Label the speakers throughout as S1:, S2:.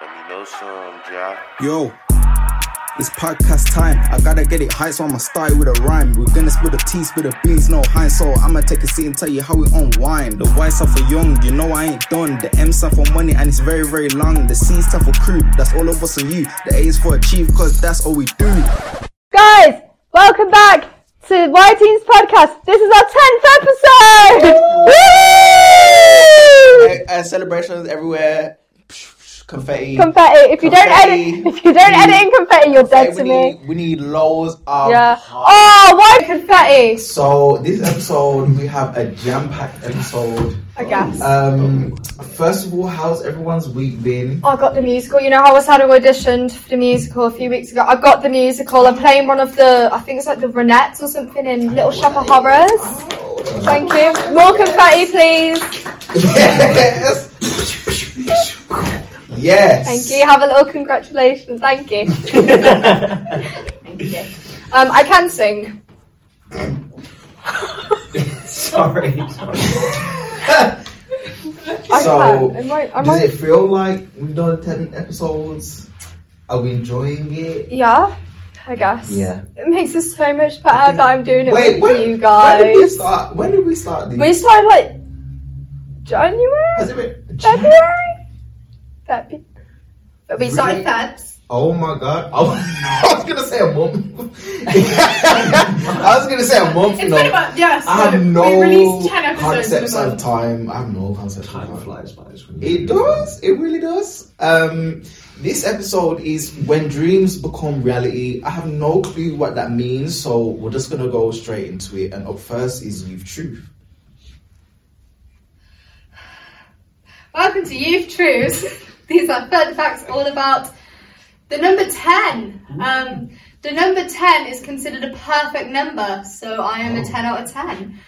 S1: Let me know some, Jack.
S2: Yo, it's podcast time. I gotta get it high, so I'ma start it with a rhyme. We're gonna split the tea, split the beans, no high. So I'ma take a seat and tell you how we unwind. The Y stuff for young, you know I ain't done. The M stuff for money, and it's very, very long. The C stuff for crew, that's all of us and you. The A is for achieve, cause that's all we do.
S3: Uh,
S4: Guys, welcome back to Y Teens podcast. This is our 10th episode! Woo!
S3: uh, celebrations everywhere. Confetti.
S4: Confetti. If you
S3: Confetti.
S4: don't edit, if you don't edit in confetti, you're dead to
S3: we
S4: me.
S3: Need, we need loads of.
S4: Yeah. Oh, why confetti?
S3: So this episode we have a jam-packed episode.
S4: I guess.
S3: Um, first of all, how's everyone's week been?
S4: I got the musical. You know how I was had auditioned for the musical a few weeks ago. I got the musical. I'm playing one of the, I think it's like the Renettes or something in Little Shop of Horrors. Thank you. More confetti, please.
S3: yes. yes.
S4: Thank you. Have a little congratulations. Thank you. Thank you. Um, I can sing.
S3: Sorry.
S4: I
S3: so,
S4: can. I might. I
S3: does
S4: might.
S3: it feel like we've done ten episodes? Are we enjoying it?
S4: Yeah. I guess.
S3: Yeah.
S4: It makes it so much better that I'm doing it
S3: Wait,
S4: with
S3: when,
S4: you
S3: when did we
S4: guys.
S3: start? When did we start these?
S4: We started like January,
S3: Has it been-
S4: February, February. But we
S3: Really?
S4: started Febs.
S3: Oh my god! I was, I was gonna say a month. I was gonna say a month.
S5: It's
S3: no,
S5: been about yes.
S3: I have
S5: we
S3: no
S5: released ten episodes in a
S3: concepts of
S5: month.
S3: time. I have no concepts
S6: Time
S3: of time.
S6: flies by. it's really-
S3: It does. It really does. Um, this episode is when dreams become reality. I have no clue what that means, so we're just gonna go straight into it. And up first is youth truth.
S5: Welcome to Youth Truths. These are fun facts all about the number ten. Um, the number ten is considered a perfect number, so I am a ten out of ten.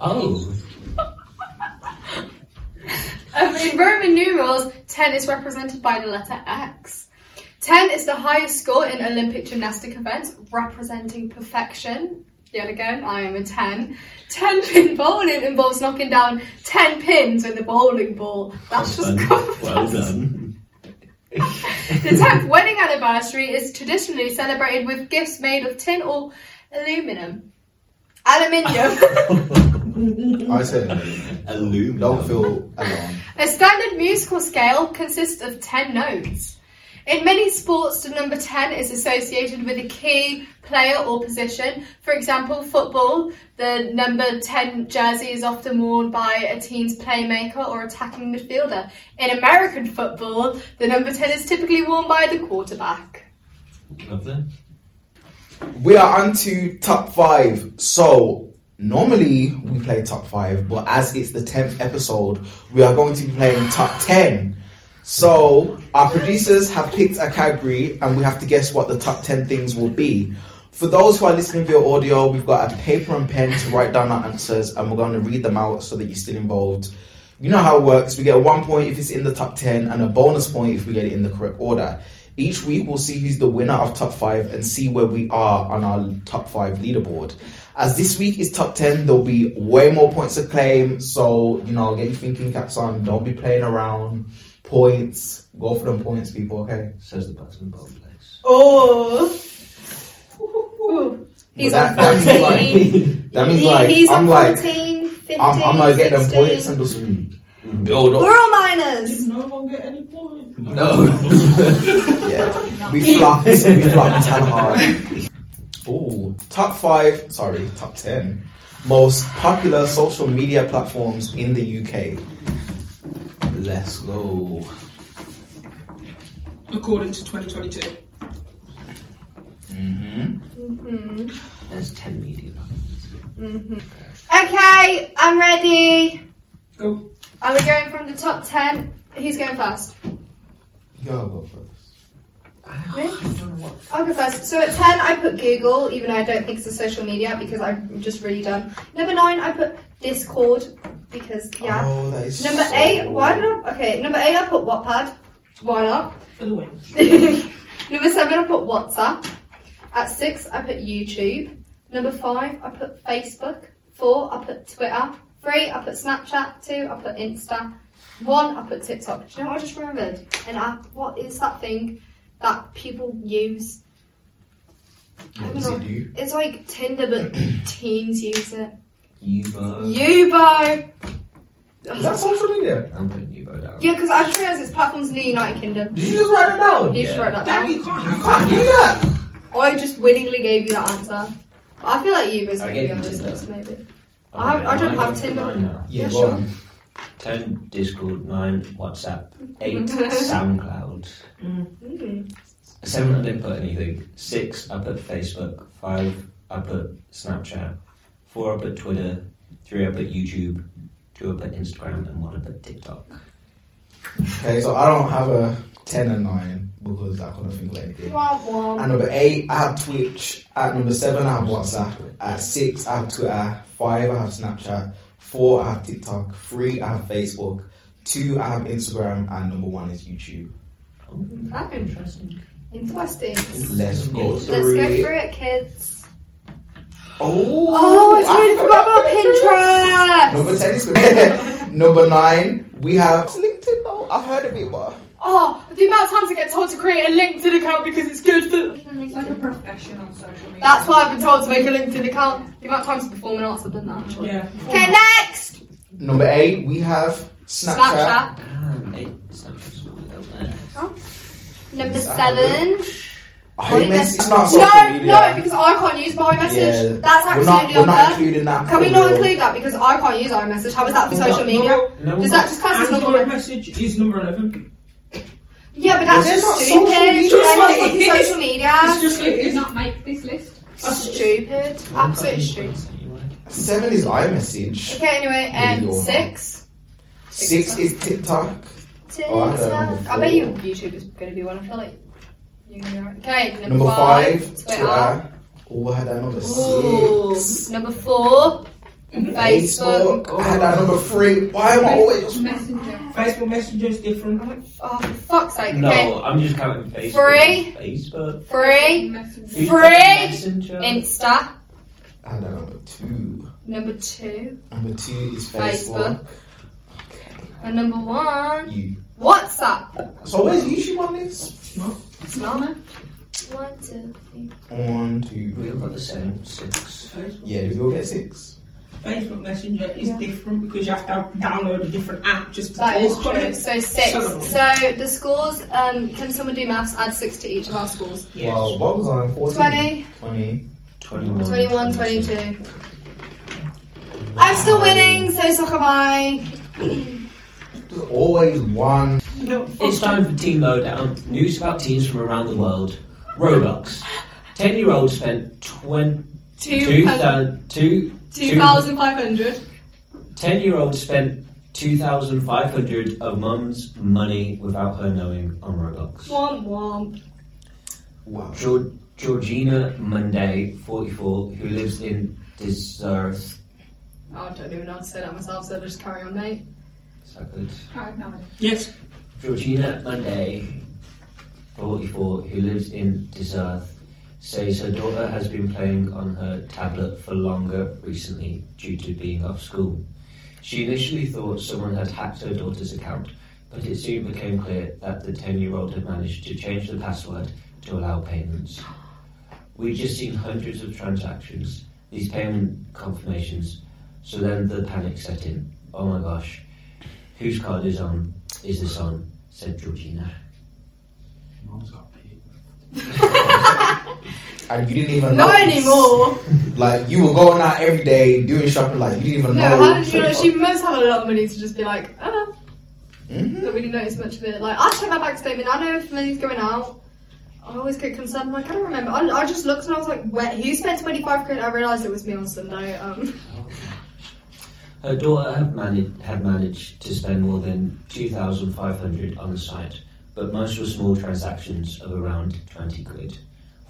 S6: Oh,
S5: Um, in Roman numerals, ten is represented by the letter X. Ten is the highest score in Olympic gymnastic events, representing perfection. Yet again, I am a ten. Ten pin bowling involves knocking down ten pins with a bowling ball. That's just
S6: done.
S5: common
S6: well
S5: sense.
S6: done.
S5: The 10th wedding anniversary is traditionally celebrated with gifts made of tin or aluminum. Aluminium.
S3: I said,
S6: Aluminum.
S3: don't feel alone.
S5: a standard musical scale consists of 10 notes. In many sports, the number 10 is associated with a key player or position. For example, football, the number 10 jersey is often worn by a team's playmaker or attacking midfielder. In American football, the number 10 is typically worn by the quarterback.
S6: Lovely.
S3: We are on to top five. So normally we play top five, but as it's the tenth episode, we are going to be playing top ten. So our producers have picked a category, and we have to guess what the top ten things will be. For those who are listening via audio, we've got a paper and pen to write down our answers, and we're going to read them out so that you're still involved. You know how it works. We get a one point if it's in the top 10 and a bonus point if we get it in the correct order. Each week, we'll see who's the winner of top five and see where we are on our top five leaderboard. As this week is top 10, there'll be way more points to claim. So, you know, get your thinking caps on. Don't be playing around. Points. Go for them points, people, okay?
S6: Says the person bottom place.
S5: Oh. Ooh. He's
S3: Well,
S5: on
S3: that- that means like-
S5: 14.
S3: That means
S5: He-
S3: like,
S5: he's
S3: I'm
S5: on
S3: like,
S5: 14, 15,
S3: I'm, I'm gonna get them
S5: 16.
S3: points and just build up.
S5: We're all minors.
S6: No one get any points.
S3: Yeah, we flopped. We flopped hella hard. Ooh, top five. Sorry, top ten most popular social media platforms in the UK. Let's go.
S7: according to 2022.
S3: Mm-hmm.
S6: There's ten media.
S5: Okay, I'm ready.
S7: Go.
S5: Are we going from the top 10? Who's going first?
S3: Y'all go first.
S5: I'll go first. So at 10, I put Google, even though I don't think it's a social media because I'm just really dumb. Number 9, I put Discord because, yeah.
S3: Oh, that is
S5: Number
S3: so-
S5: eight, why not? Okay, number eight, I put Wattpad. Why not?
S7: For the win.
S5: number seven, I put WhatsApp. At six, I put YouTube. Number five, I put Facebook. Four, I put Twitter. Three, I put Snapchat. Two, I put Insta. One, I put TikTok. Do you know what I just remembered? An app. What is that thing that people use?
S3: What does it do?
S5: It's like Tinder, but teens use it.
S3: Uh.
S6: Yubo.
S5: Yubo.
S3: Is that social media?
S6: I'm putting Yubo down.
S5: Yeah, because I just realised it's platforms in the United Kingdom.
S3: Did you just write it down?
S5: You just wrote that
S7: Damn,
S5: down.
S7: you can't
S3: You
S7: have
S3: can't do that.
S5: I just willingly gave you that answer. But I feel like you was
S6: I
S5: maybe
S6: gave
S5: on
S6: you
S5: this
S6: Tinder.
S5: list, maybe. I have- I don't
S6: Nine,
S5: have Tinder.
S6: nine now.
S3: Yeah,
S5: Yeah,
S3: go
S5: sure.
S3: on.
S6: 10 Discord, 9 WhatsApp, 8 SoundCloud,
S5: Mm.
S6: 7 I didn't put anything, 6 I put Facebook, 5 I put Snapchat, 4 I put Twitter, 3 I put YouTube, 2 I put Instagram, and 1 I put TikTok.
S3: Okay, so I don't have a 10 and 9 because I couldn't think of anything.
S5: Wah, wah.
S3: At number 8, I have Twitch. At number 7, I have WhatsApp. At 6, I have Twitter. 5, I have Snapchat. 4, I have TikTok. 3, I have Facebook. 2, I have Instagram. And number 1 is YouTube.
S5: Oh,
S6: interesting.
S5: Interesting.
S3: Let's go
S5: Let's go
S3: through it.
S5: through it, kids.
S3: Oh,
S5: Oh, it's
S3: I
S5: really forgot about Pinterest.
S3: Number 10 is Pinterest. number 9, we have LinkedIn. Oh, I've heard of it, but.
S8: Oh, the amount of times I get told to create a LinkedIn account because it's good for.
S7: It's like a profession on social media.
S5: That's why I've been told to make a LinkedIn account. The amount of times before my answer done that. Actually.
S7: Yeah.
S5: Okay, next.
S3: Number 8, we have Snapchat.
S5: Snapchat.
S6: Damn, 8 Snapchat's all down there.
S5: Number
S3: Snapchat.
S5: seven.
S3: iMessage. It's not social
S5: No,
S3: media.
S5: no, because I can't use my message.
S3: Yeah.
S5: That's
S3: we're not,
S5: absolutely
S3: we're not
S5: unfair.
S3: including that.
S5: Can we not
S3: We'll-
S5: include that because I can't use iMessage? How is that for
S6: No,
S5: social
S6: no,
S5: media?
S6: No,
S5: Does that just count as
S7: And
S5: number-
S7: your message is number 11.
S5: Yeah, but that's
S3: It's
S5: just
S3: not
S5: stupid.
S3: social media.
S5: Just
S7: It's
S5: like
S7: like-
S5: fucking social media.
S7: It's just like,
S9: Did
S7: it's
S9: not make this list.
S5: Stupid. Absolutely stupid.
S3: Seven is iMessage.
S5: Okay, anyway, um,
S3: Illegal.
S5: six.
S3: Six is TikTok. Oh, I don't know.
S5: I bet you YouTube is going to be one. I feel like. you're gonna be alright. Okay, number,
S3: Number five,
S5: Twitter.
S3: Twitter. Oh, I had that number
S5: Ooh.
S3: six.
S5: Number four,
S3: Mm-hmm.
S5: Facebook.
S3: I had that number three. Why am I always?
S9: Messenger.
S7: Facebook Messenger is different.
S5: Oh, for fuck's sake. Okay,
S6: No, I'm just counting Facebook.
S5: Three.
S6: Facebook.
S5: three,
S9: Messenger.
S6: You've
S5: Three.
S6: got Messenger.
S5: Insta.
S3: I had that number two.
S5: Number two,
S3: Number two is
S5: Facebook.
S3: Facebook.
S5: and number one,
S3: You.
S5: WhatsApp.
S3: So where's YouTube on this?
S5: It's not. One, two, three.
S3: One, two.
S6: We've all got the same. 6.
S7: Facebook,
S3: Yeah, did we all get six?
S7: Facebook Messenger is different because you have to download a different app just to
S5: That
S7: talk
S5: is
S7: on
S5: true.
S7: it.
S5: So six.
S7: Seven.
S5: So the scores. Um, can someone do maths? Add six to each of our scores.
S7: Yes.
S3: Well, what was I? Fourteen.
S5: 20,
S3: Twenty.
S6: 21,
S5: 21, 22. I'm still winning, so suck am I.
S3: There's always one.
S6: It's time for Team Lowdown. News about teams from around the world. Roblox. 10 year old spent 20.
S5: Two hun- 2,500.
S6: 10 year old spent 2,500 of mum's money without her knowing on Roblox.
S5: Womp womp.
S3: Wow.
S6: Geor- Georgina Monday, 44, who lives in Desert.
S5: Oh, I don't even know how to say that myself, so just carry on, mate.
S6: Is that good?
S7: Yes.
S6: Georgina Monday, 44, who lives in Desert, says her daughter has been playing on her tablet for longer recently due to being off school. She initially thought someone had hacked her daughter's account, but it soon became clear that the 10 year old had managed to change the password to allow payments. We've just seen hundreds of transactions, these payment confirmations, so then the panic set in. Oh my gosh, whose card is on? Is this on? said Georgina.
S10: Mum's got paid.
S3: And you didn't even know.
S5: Not anymore.
S3: Like you were going out every day doing shopping. Like you didn't even
S5: No,
S3: know.
S5: how did you know? She must have a lot of money to just be like, oh,
S3: Mhm.
S5: don't really notice much of it. Like, I check my bank statement, I know if money's going out. I always get concerned. I'm like, I don't remember. I, I just looked and I was like, where? Who spent 25 quid? I realised it was me on Sunday. Um,
S6: Her daughter had, managed had managed to spend more than 2,500 on the site, but most were small transactions of around 20 quid.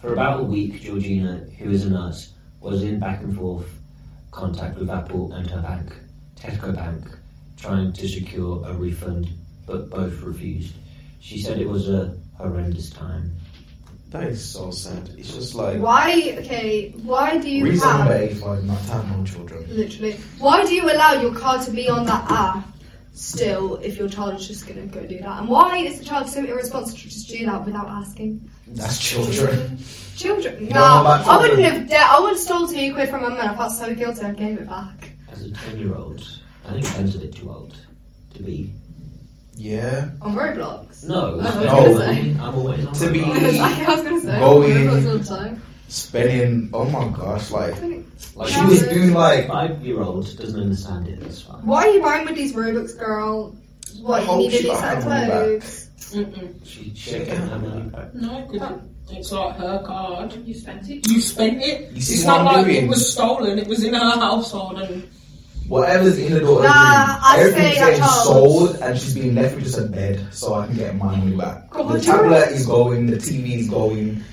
S6: For about a week, Georgina, who is a nurse, was in back and forth contact with Apple and her bank, Tesco Bank, trying to secure a refund, but both refused. She said it was a horrendous time.
S3: That is so sad. It's just like
S5: Why? Okay. Why do you
S3: reason
S5: have
S3: number eighty-five: not to have no children.
S5: literally? Why do you allow your car to be on that app still if your child is just gonna go do that? And why is the child so irresponsible to just do that without asking?
S3: That's
S5: Mm-hmm.
S3: children.
S5: Children?
S3: No,
S5: Nah,
S3: that's
S5: I wouldn't
S3: children.
S5: have. Da- I would have stole two quid from my mum. and I felt so guilty. I gave it back.
S6: As a 10 year old, I think 10's a bit too old to be.
S3: Yeah,
S5: On Roblox.
S6: No,
S5: I was
S3: gonna
S5: say.
S6: I'm always on
S3: To be-
S5: I was like- I was gonna say.
S3: Going.
S5: Roblox all the time.
S3: spending. Oh my gosh, like
S6: Like,
S3: she was
S5: Yeah.
S3: doing like.
S6: five year old doesn't understand it, that's fine.
S5: Why are you buying with these Robux, girl? What
S3: How
S5: you need a
S3: should
S5: new
S3: I
S5: set of
S3: handle that?
S5: clothes?
S7: Mm-mm.
S6: She, she can't have any back.
S7: No, because it's like her card.
S9: You spent it.
S7: You spent it.
S3: You see
S7: it's
S3: what
S7: not
S3: I'm
S7: like
S3: doing?
S7: it was stolen. It was in her household, and
S3: Whatever's in the door,
S5: Nah, I say that
S3: everything's getting
S5: child.
S3: sold, and she's being left with just a bed, so I can get my money back.
S5: God,
S3: the
S5: what do you-
S3: tablet is going, the TV is going,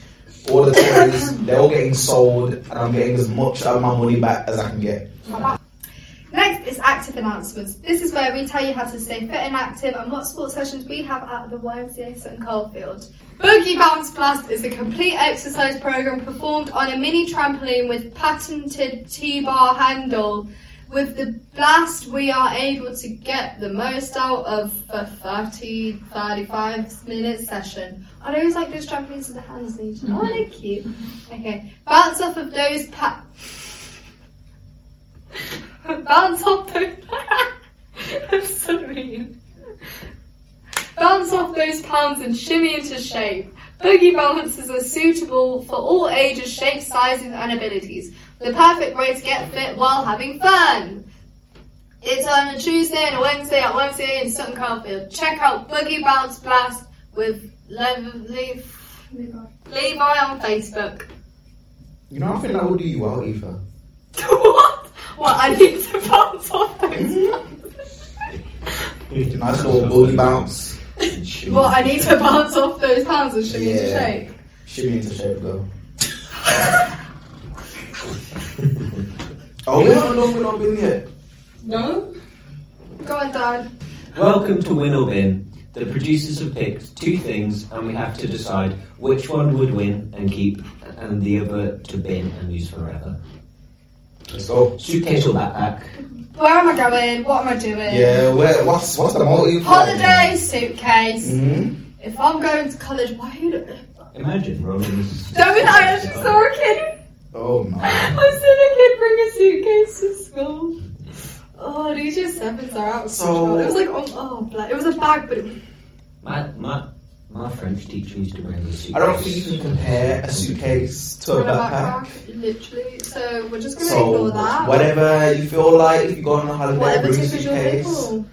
S3: all the toys, they're all getting sold, and I'm getting as much of my money back as I can get.
S5: Next is active announcements. This is where we tell you how to stay fit and active and what sports sessions we have at the YMCA Sutton Coldfield. Boogie Bounce Blast is a complete exercise program performed on a mini trampoline with patented T-bar handle. With the blast, we are able to get the most out of a 30, 35 minute session. I always like those trampolines with the hands. They just, Oh, they're cute. Okay, bounce off of those pa- Bounce off those. I'm so mean. Bounce off those pounds and shimmy into shape. Boogie balances are suitable for all ages, shapes, sizes, and abilities. The perfect way to get fit while having fun. It's on a Tuesday and a Wednesday at Wednesday in Sutton Coldfield. Check out Boogie Bounce Blast with Levi, Levi on Facebook.
S3: You know, I think that will do you well, Eva.
S5: what? What? I need to bounce off those pounds.
S3: Nice little booty bounce,
S5: Well, I need to bounce off those pounds and shimmy into
S3: Yeah.
S5: shape.
S3: shimmy into shape, girl. Oh, we haven't done Win or Bin yet.
S7: no,
S5: Go on, Dan.
S6: Welcome to Win or Bin. The producers have picked two things, and we have to decide which one would win and keep, and the other to bin and use forever.
S3: Let's go.
S6: Suitcase or backpack?
S5: Where am I going? What am I doing?
S3: Yeah, where, what's what's the motive?
S5: Holiday suitcase.
S3: Mm-hmm.
S5: If I'm going to college, why would I?
S6: Imagine rolling. this-
S5: Don't I actually saw a kid.
S3: Oh no.
S5: I saw a kid bring a suitcase to school. Oh, these just sevens are out. of
S3: So-
S5: control. it was like oh, oh black. it was a bag, but it was
S6: My, my, my French teacher used to bring me a suitcase.
S3: I don't think you can compare a suitcase to a
S5: on a
S3: backpack.
S5: backpack, literally. So we're just gonna
S3: So
S5: ignore that.
S3: whatever you feel like, if you go on a holiday,
S5: Whatever
S3: bring a
S5: tickles your
S3: suitcase.
S5: nipple.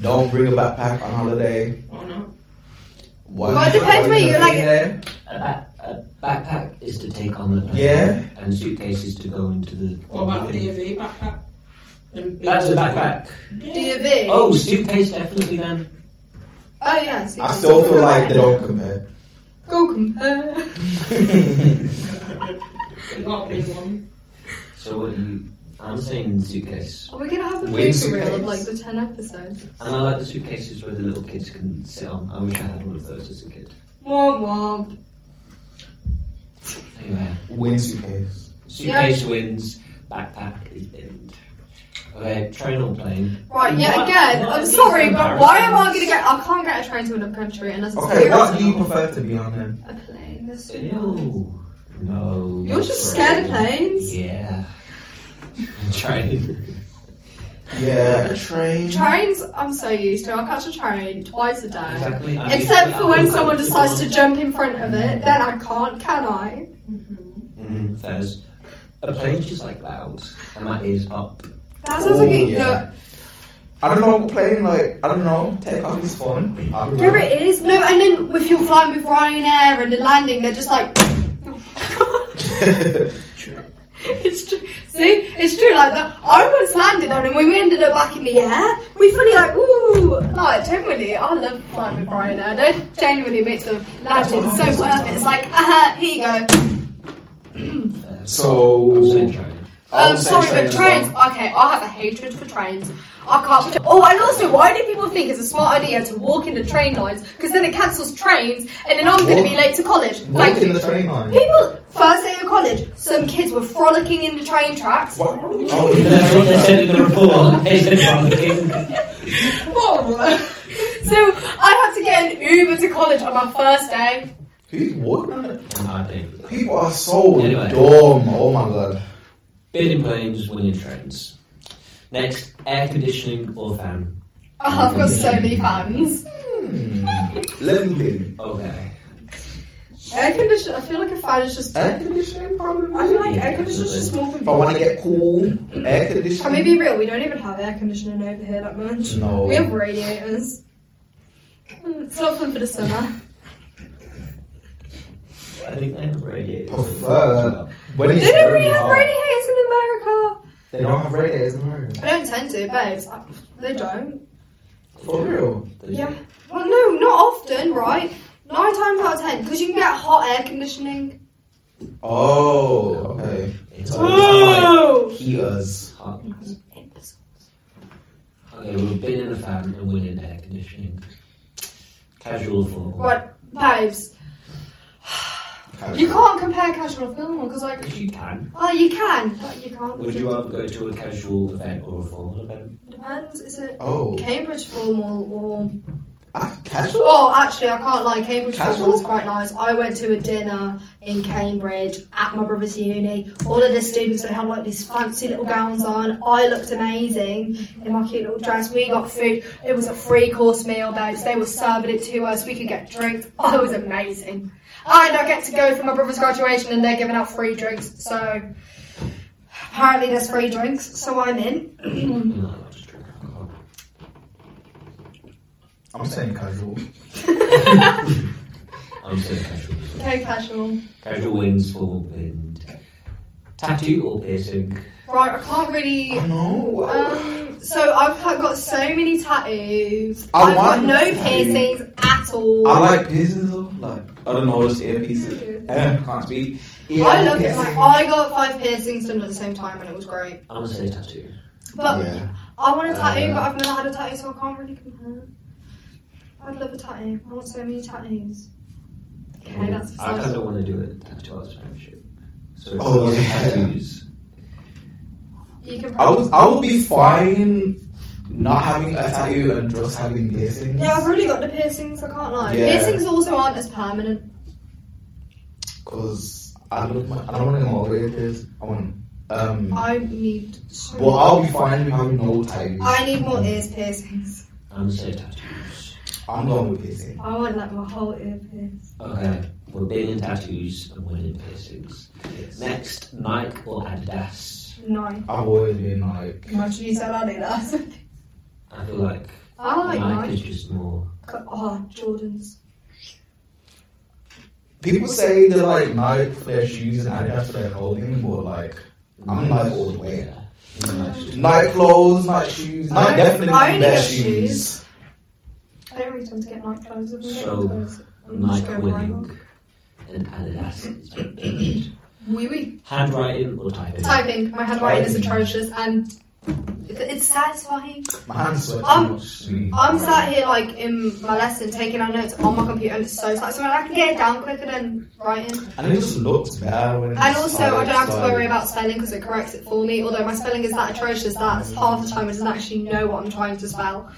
S3: Don't bring a backpack on holiday.
S7: oh no.
S3: What?
S5: Well, it depends where you like it.
S6: A, back, a backpack is to take on the plane,
S3: Yeah.
S6: and suitcase is to go into the.
S7: What about the DV backpack? And-
S6: That's a backpack.
S5: Do you think?
S6: Oh, suitcase definitely then.
S5: Oh yeah.
S3: I
S5: suitcase.
S3: still feel like they don't compare.
S5: Go compare.
S7: You got a big one.
S6: So what you? I'm saying suitcase,
S5: Are we gonna have a
S3: Wing
S5: paper reel of
S3: suitcase.
S5: like the ten episodes?
S6: and I like the suitcases where the little kids can sit on. I wish I had one of those as a kid.
S5: Womp womp.
S6: Anyway,
S3: Win suitcase.
S6: suitcase wins. Backpack is binned. Okay, train or plane?
S5: Right, yet
S6: What-
S5: again,
S6: what
S5: I'm
S6: is
S5: sorry,
S6: the
S5: but why am I
S6: comparison?
S5: gonna get? I can't get a train to another country unless it's
S3: Okay,
S5: a
S3: what do you prefer to be on then?
S5: A plane. This
S6: Ew. No.
S5: You're just scared of planes?
S6: Yeah. Train.
S3: Yeah, a train.
S5: Trains, I'm so used to. I catch a train twice a day.
S6: Exactly. I mean,
S5: Except for when
S6: I'm-
S5: someone decides to
S6: Mm,
S5: jump in front of it, then I can't, can I?
S3: Mm.
S6: There's a plane's just like loud, and that is up.
S5: That sounds like
S3: Ooh,
S5: a
S3: yeah. I don't know, playing like, I don't know, take off is fun. I
S5: no.
S3: don't
S5: There
S3: know.
S5: it is. No, and then if you're flying with Ryanair and the landing, they're just like. It's true. See, it's true like that. I once landed on and we ended up back in the air. We fully like, ooh, like genuinely, I love flying with Ryanair. They genuinely makes the landing so worth it. It's like, uh, here you uh-huh, go.
S6: There's-
S3: So-
S6: I'm saying train.
S3: I
S5: Um,
S3: would say
S5: sorry,
S3: train
S5: but
S3: as
S5: trains. Okay, I have a hatred for trains. I can't. Oh, and also, why do people think it's a smart idea to walk in the train lines? Because then it cancels trains, and then I'm going to
S3: Walk-
S5: be late to college.
S3: Walk
S5: Like
S3: in the train line.
S5: people, first day of college, some kids were frolicking in the train tracks.
S3: What?
S6: That's what they
S3: Oh,
S6: said in the report. They said frolicking.
S5: Horrible. so I had to get an Uber to college on my first day.
S3: Who's walking?
S6: And I do.
S3: People are so
S6: Anyway.
S3: dumb. Oh my god.
S6: Been in planes, win in trains. Next, air conditioning or fan.
S5: Oh, I've got so many fans.
S3: Hmm. London.
S6: Okay.
S5: Air condition. I feel like a fan is just.
S3: Air conditioning problem.
S7: I feel like
S6: Yeah,
S7: air conditioners just more
S3: If I want to get cool, air
S5: Can
S3: conditioning.
S5: we be real? We don't even have air conditioning over here that much.
S3: No.
S5: We have radiators. Mm, It's not fun for the summer.
S6: I think they have radiators.
S3: Prefer- When it's
S5: Didn't we
S3: very
S5: have
S3: hot.
S5: radiators in America?
S3: They don't have radiators in America.
S5: I don't tend to, babes. I- They don't.
S3: For real.
S5: Yeah. Well, no, not often, right? Nine times out of ten, because you can get hot air conditioning.
S3: Oh, okay.
S6: It's hot.
S5: Oh!
S3: Heaters.
S6: Hot. Okay, we've been in a fan and win in air conditioning. Casual form.
S5: Right, babes. You can't compare casual to formal because, like,
S6: If you can.
S5: oh, you can, but you can't.
S6: Would you rather go to a casual event or a formal event?
S5: Depends. Is it
S3: Oh.
S5: Cambridge formal or?
S3: Ah, casual?
S5: Oh, actually, I can't lie. Cambridge
S3: Casual?
S5: football was quite nice. I went to a dinner in Cambridge at my brother's uni. All of the students they had like these fancy little gowns on. I looked amazing in my cute little dress. We got food. It was a free course meal, babes. They were serving it to us. We could get drinks. I was amazing. And I get to go for my brother's graduation, and they're giving out free drinks. So apparently, there's free drinks. So I'm in.
S6: No, I just drink alcohol.
S3: I'm saying casual.
S6: I'm saying casual.
S5: Okay, casual.
S6: Casual wins, formal wind. Tattoo or piercing?
S5: Right, I can't really.
S3: No.
S5: Um, so I've got got so many tattoos.
S3: I
S5: I've got
S3: want
S5: no
S3: to say-
S5: piercings at all.
S3: I like pieces of like I don't know, just earpieces. I can't speak. Yeah,
S5: I love it.
S3: yes.
S5: Like, I got five piercings done at the same time and it was great.
S6: I'm gonna say tattoo.
S5: But
S3: Yeah.
S5: I want a tattoo,
S3: Uh,
S5: but I've never had a tattoo, so I can't really compare. I'd love a tattoo. I want so many tattoos. Okay, that's
S6: I kind
S5: besides.
S6: of want to do a tattoo artist friendship. So it's
S3: Oh,
S6: lots of
S3: yeah.
S6: tattoos.
S5: You can.
S3: I would I would be fine not having a tattoo and just having piercings.
S5: Yeah, I've already got the piercings. I can't lie.
S3: Yeah.
S5: Piercings also aren't as permanent.
S3: Cause I don't I don't want to know what it is. I want um.
S5: I need. So
S3: well, I'll be fine with having no tattoos.
S5: I need more ears piercings.
S6: I'm gonna say tattoos.
S3: I'm done with piercing.
S5: I want like my whole ear pierced.
S6: Okay, we're big in tattoos and winning piercings. Next, Nike or Adidas?
S5: No.
S3: I've always been like
S5: Much you said Adidas.
S6: I feel like
S5: I like
S6: Nike
S5: Nike.
S6: is just more.
S5: Oh, Ah, Jordans.
S3: people say they like Nike for their shoes and Adidas for their clothing, but like I'm Nike all the way.
S6: Yeah. Nike's-
S3: Nike clothes, Nike shoes, Nike
S5: I-
S3: definitely
S5: I only
S3: their
S5: get
S3: shoes.
S5: shoes. I don't really tend to get Nike clothes. I've been getting
S6: So,
S5: clothes. I'm just
S6: Nike
S5: going viral.
S6: winning and Adidas is big.
S5: Wee wee.
S6: Handwriting or typing?
S5: Typing. My handwriting is
S3: Typing.
S5: atrocious and it's satisfying.
S3: My hands sweat
S5: I'm-
S3: too much. Sweet.
S5: I'm sat here like in my lesson taking our notes on my computer and it's so satisfying. I can get it down quicker than writing.
S3: And it just looks bad when it's
S5: And also, I don't have to
S3: like-
S5: worry about spelling because it corrects it for me. Although my spelling is that atrocious that half the time I don't actually know what I'm trying to spell.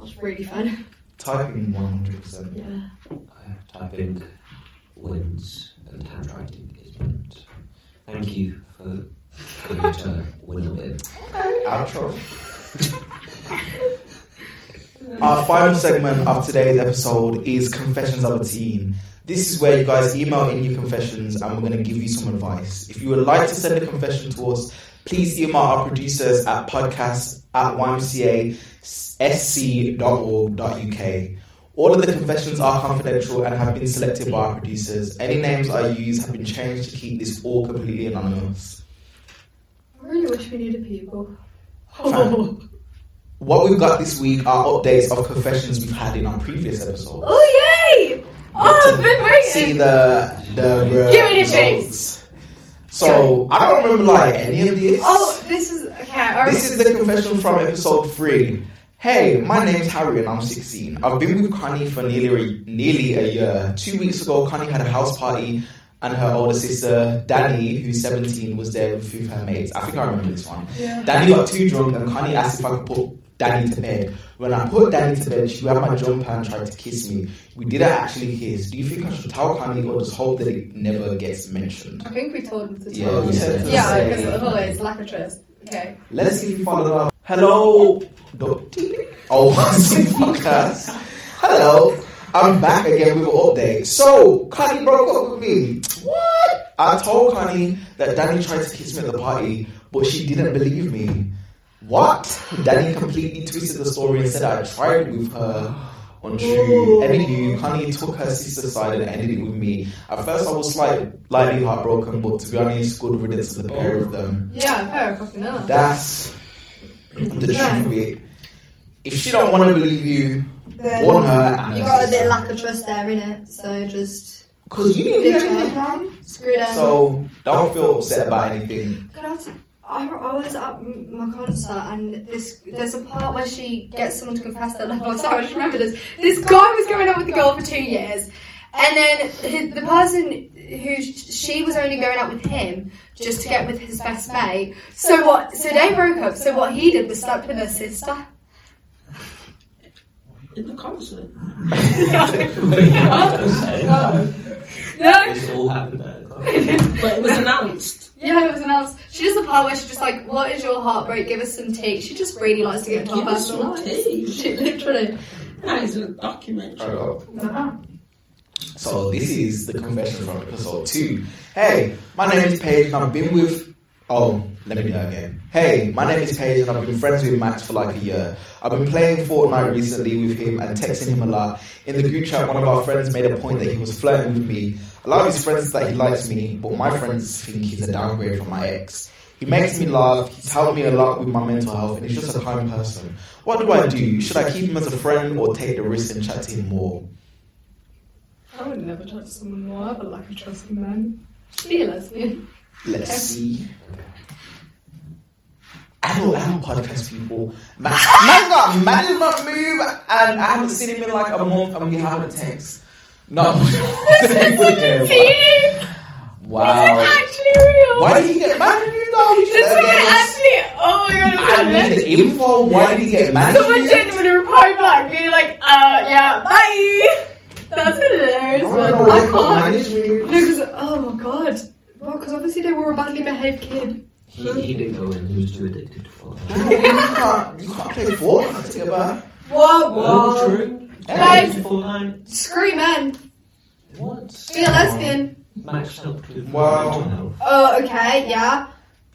S5: That's really fun.
S3: typing 100%.
S5: Yeah.
S6: Okay, Typing wins and handwriting is bent. Thank you for going to win a bit.
S3: Outro. Our final segment of today's episode is Confessions of a Teen. This is where you guys email in your confessions and we're going to give you some advice. If you would like to send a confession to us, please email our producers at podcast at ymcasc.org.uk. All of the confessions are confidential and have been selected by our producers. Any names I use have been changed to keep this all completely anonymous.
S5: I really wish we knew the people.
S3: Fine. What we've got this week are updates of confessions we've had in our previous episode.
S5: Oh yay! Oh, I've been
S3: See
S5: waiting.
S3: the the uh,
S5: Give me the
S3: results. So I don't remember like any of this.
S5: Oh, this is okay. I
S3: This is the confession from episode three. Hey, my name's Harry and I'm 16. I've been with Connie for nearly a, nearly a year. Two weeks ago, Connie had a house party and her older sister, Danny, who's 17, was there with a few of her mates. I think I remember this one. Danny got too drunk and Connie asked if I could put Danny to bed. When I put Danny to bed, she grabbed my jumper and tried to kiss me. We didn't actually kiss. Do you think I should tell Connie or just hope that it never gets mentioned?
S5: I think we told him to
S3: Yeah,
S5: tell
S3: we said
S5: us.
S3: to
S5: Yeah,
S3: say-
S5: because of the it's lack of trust. Okay.
S3: Let's see if you follow up. Hello. Do- Oh, podcast. Hello. I'm back again with an update. So, Connie broke up with me. What? I told Connie that Danny tried to kiss me at the party, but she didn't believe me. What? Danny completely twisted the story and said I tried with her on true. Anywho, Connie took her sister's side and ended it with me. At first, I was slight, slightly heartbroken, but to be honest, good riddance to the pair of them.
S5: Yeah, fair fucking enough.
S3: That's the
S5: Yeah.
S3: truth of it. If she don't want to believe you,
S9: Then
S3: warn her.
S9: You got a bit of lack of trust there, innit? So just
S3: Because you didn't do anything wrong.
S9: screw it up.
S3: So don't feel upset about anything.
S9: Good answer. I, I was at m- my concert and this there's a part where she
S5: Get someone to confess that love. I'm sorry, I just remembered this. This guy was going out with the girl for two years, and then hi- the person who sh- she was only going out with him just to get with his best mate. So what? So they broke up. So what he did was slept with her sister.
S7: In the concert.
S5: No.
S6: It's all happened at a club.
S7: But it was announced.
S5: Yeah, there was an else. She does the part where she's just like, "What is your heartbreak? Give us some tea." She just really likes to get into our
S7: Give us
S5: personal
S7: some
S5: lives.
S7: tea.
S5: She literally.
S7: That is a documentary.
S3: So this is the confession from episode two. Hey, my name is Paige and I've been with. Oh, let me do that again. Hey, my name is Paige and I've been friends with Max for like a year. I've been playing Fortnite recently with him and texting him a lot. In the group chat, one of our friends made a point that he was flirting with me. A lot of his friends that he likes me, but my friends think he's a downgrade from my ex. He makes me laugh, he's helped me a lot with my mental health, and he's just a kind person. What do I do? Should I keep him as a friend or take the risk and chat to him more?
S5: I would never trust someone more. I have a lack of trust in men. Be a lesbian.
S3: Let's see. Adult and podcast people. Man, man's got man did not move, and I haven't seen him in like a month, and we haven't text. No. wow.
S5: actually real.
S3: Why did he get mad at you though? You
S5: This
S3: should-
S5: one actually. Oh my god!
S3: I need the info. Why did he get mad at
S5: Someone
S3: you?
S5: genuinely replied back, being like, "Uh, yeah, bye." That's hilarious.
S3: I
S5: man.
S3: don't know
S5: I
S3: why he got
S5: can't.
S3: mad at you.
S5: No, because oh my god. Well, because obviously they were a badly behaved kid.
S6: He, he didn't go in, he was too addicted to Fortnite.
S3: You can't, you can't play Fortnite together.
S5: Whoa,
S6: Oh, true.
S3: Hey.
S6: Addicted to Fortnite.
S5: Screw men.
S6: What?
S5: Be a lesbian.
S6: Matched up with
S3: Wow.
S6: mental health.
S5: Oh, okay, yeah.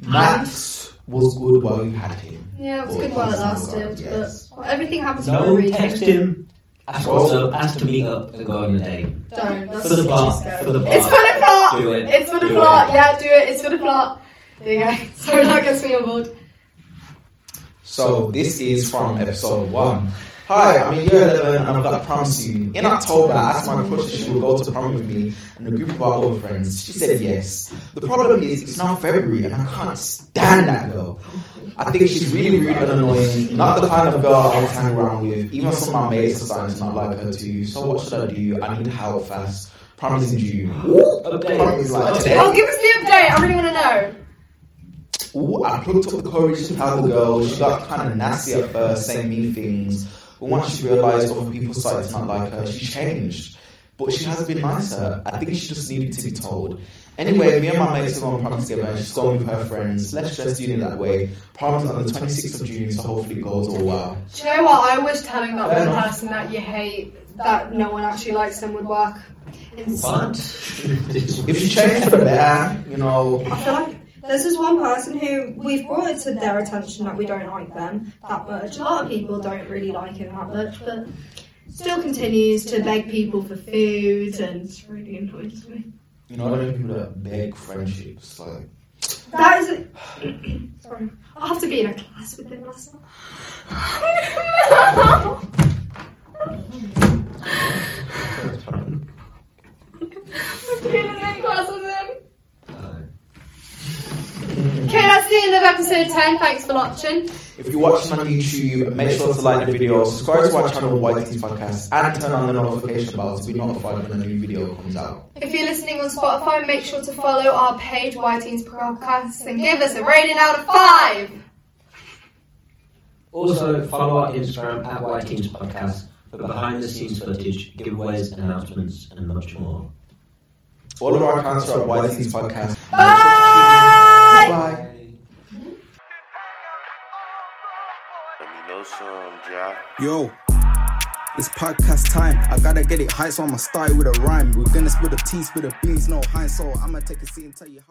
S3: Max was good while you had him.
S5: Yeah, it was
S3: Or
S5: good while it
S3: he's not
S5: lasted,
S3: good, yes.
S5: but everything happens for a
S6: No,
S5: reason.
S6: text him. Ask what's up, ask to meet up and go on a date.
S5: Don't. That's
S6: For the
S5: too
S6: plot,
S5: scary.
S6: for the plot.
S5: It's for the plot.
S6: Do it.
S5: It's for the
S6: Do
S5: plot. Yeah, do it. It's for the plot. There you go. Sorry, that gets me on board.
S3: So this is from episode one. Hi, I'm in year 11 and I've got prom soon. In October, I asked my crush if she would go to prom with me and a group of our old friends. She said yes. The problem is, it's now February and I can't stand that girl. I think she's really rude and annoying, not the kind of girl I want to hang around with. Even some of my mates are starting to not like her too. So what should I do? I need help fast. Prom is in June. Ooh, prom is like
S5: Oh,
S3: today.
S5: give us the update. I really want to know.
S3: Ooh, I plucked up the courage to tell the girl. She got kind of nasty at first, saying mean things. But once she realised other people started to not like her, she changed. But she has been nicer. I think she just needed to be told. Anyway, me and my mates are on prom together and she's gone with her friends. Let's just do it that way. Prom's on the 26th of June, so hopefully it goes all well.
S5: Do you know what? I wish telling that
S3: Fair
S5: one
S3: enough.
S5: person that you hate that no one actually likes them would work.
S6: What?
S3: If she changed for the better, you know,
S9: I feel like there's this one person who we've brought it to their attention that we don't like them that much. A lot of people don't really like him that much, but still continues to beg people for food and it's really annoys me.
S3: you know, I do people that beg friendships. Like,
S9: That is a... Sorry. I'll have to be in a class with him last night.
S5: I've been in a class with him.
S6: Uh,
S5: episode 10. Thanks for watching.
S3: If you watch this on YouTube, make sure to like the video, subscribe to our channel, White Tees Podcast, and turn on the notification bell to be notified when a new video comes out.
S5: If you're listening on Spotify, make sure to follow our page, Y Teens Podcast, and give us a rating out of five.
S6: Also, follow our Instagram at White Teams Podcast for behind the scenes footage, giveaways, announcements, and much more.
S3: All of our accounts are at White Tees Podcast.
S5: Bye!
S3: Bye.
S1: Let me know some, yeah.
S2: Yo, it's podcast time. I gotta get it high, so I'ma start with a rhyme. We're gonna split the tea, split the beans, no high, so I'ma take a seat and tell you how.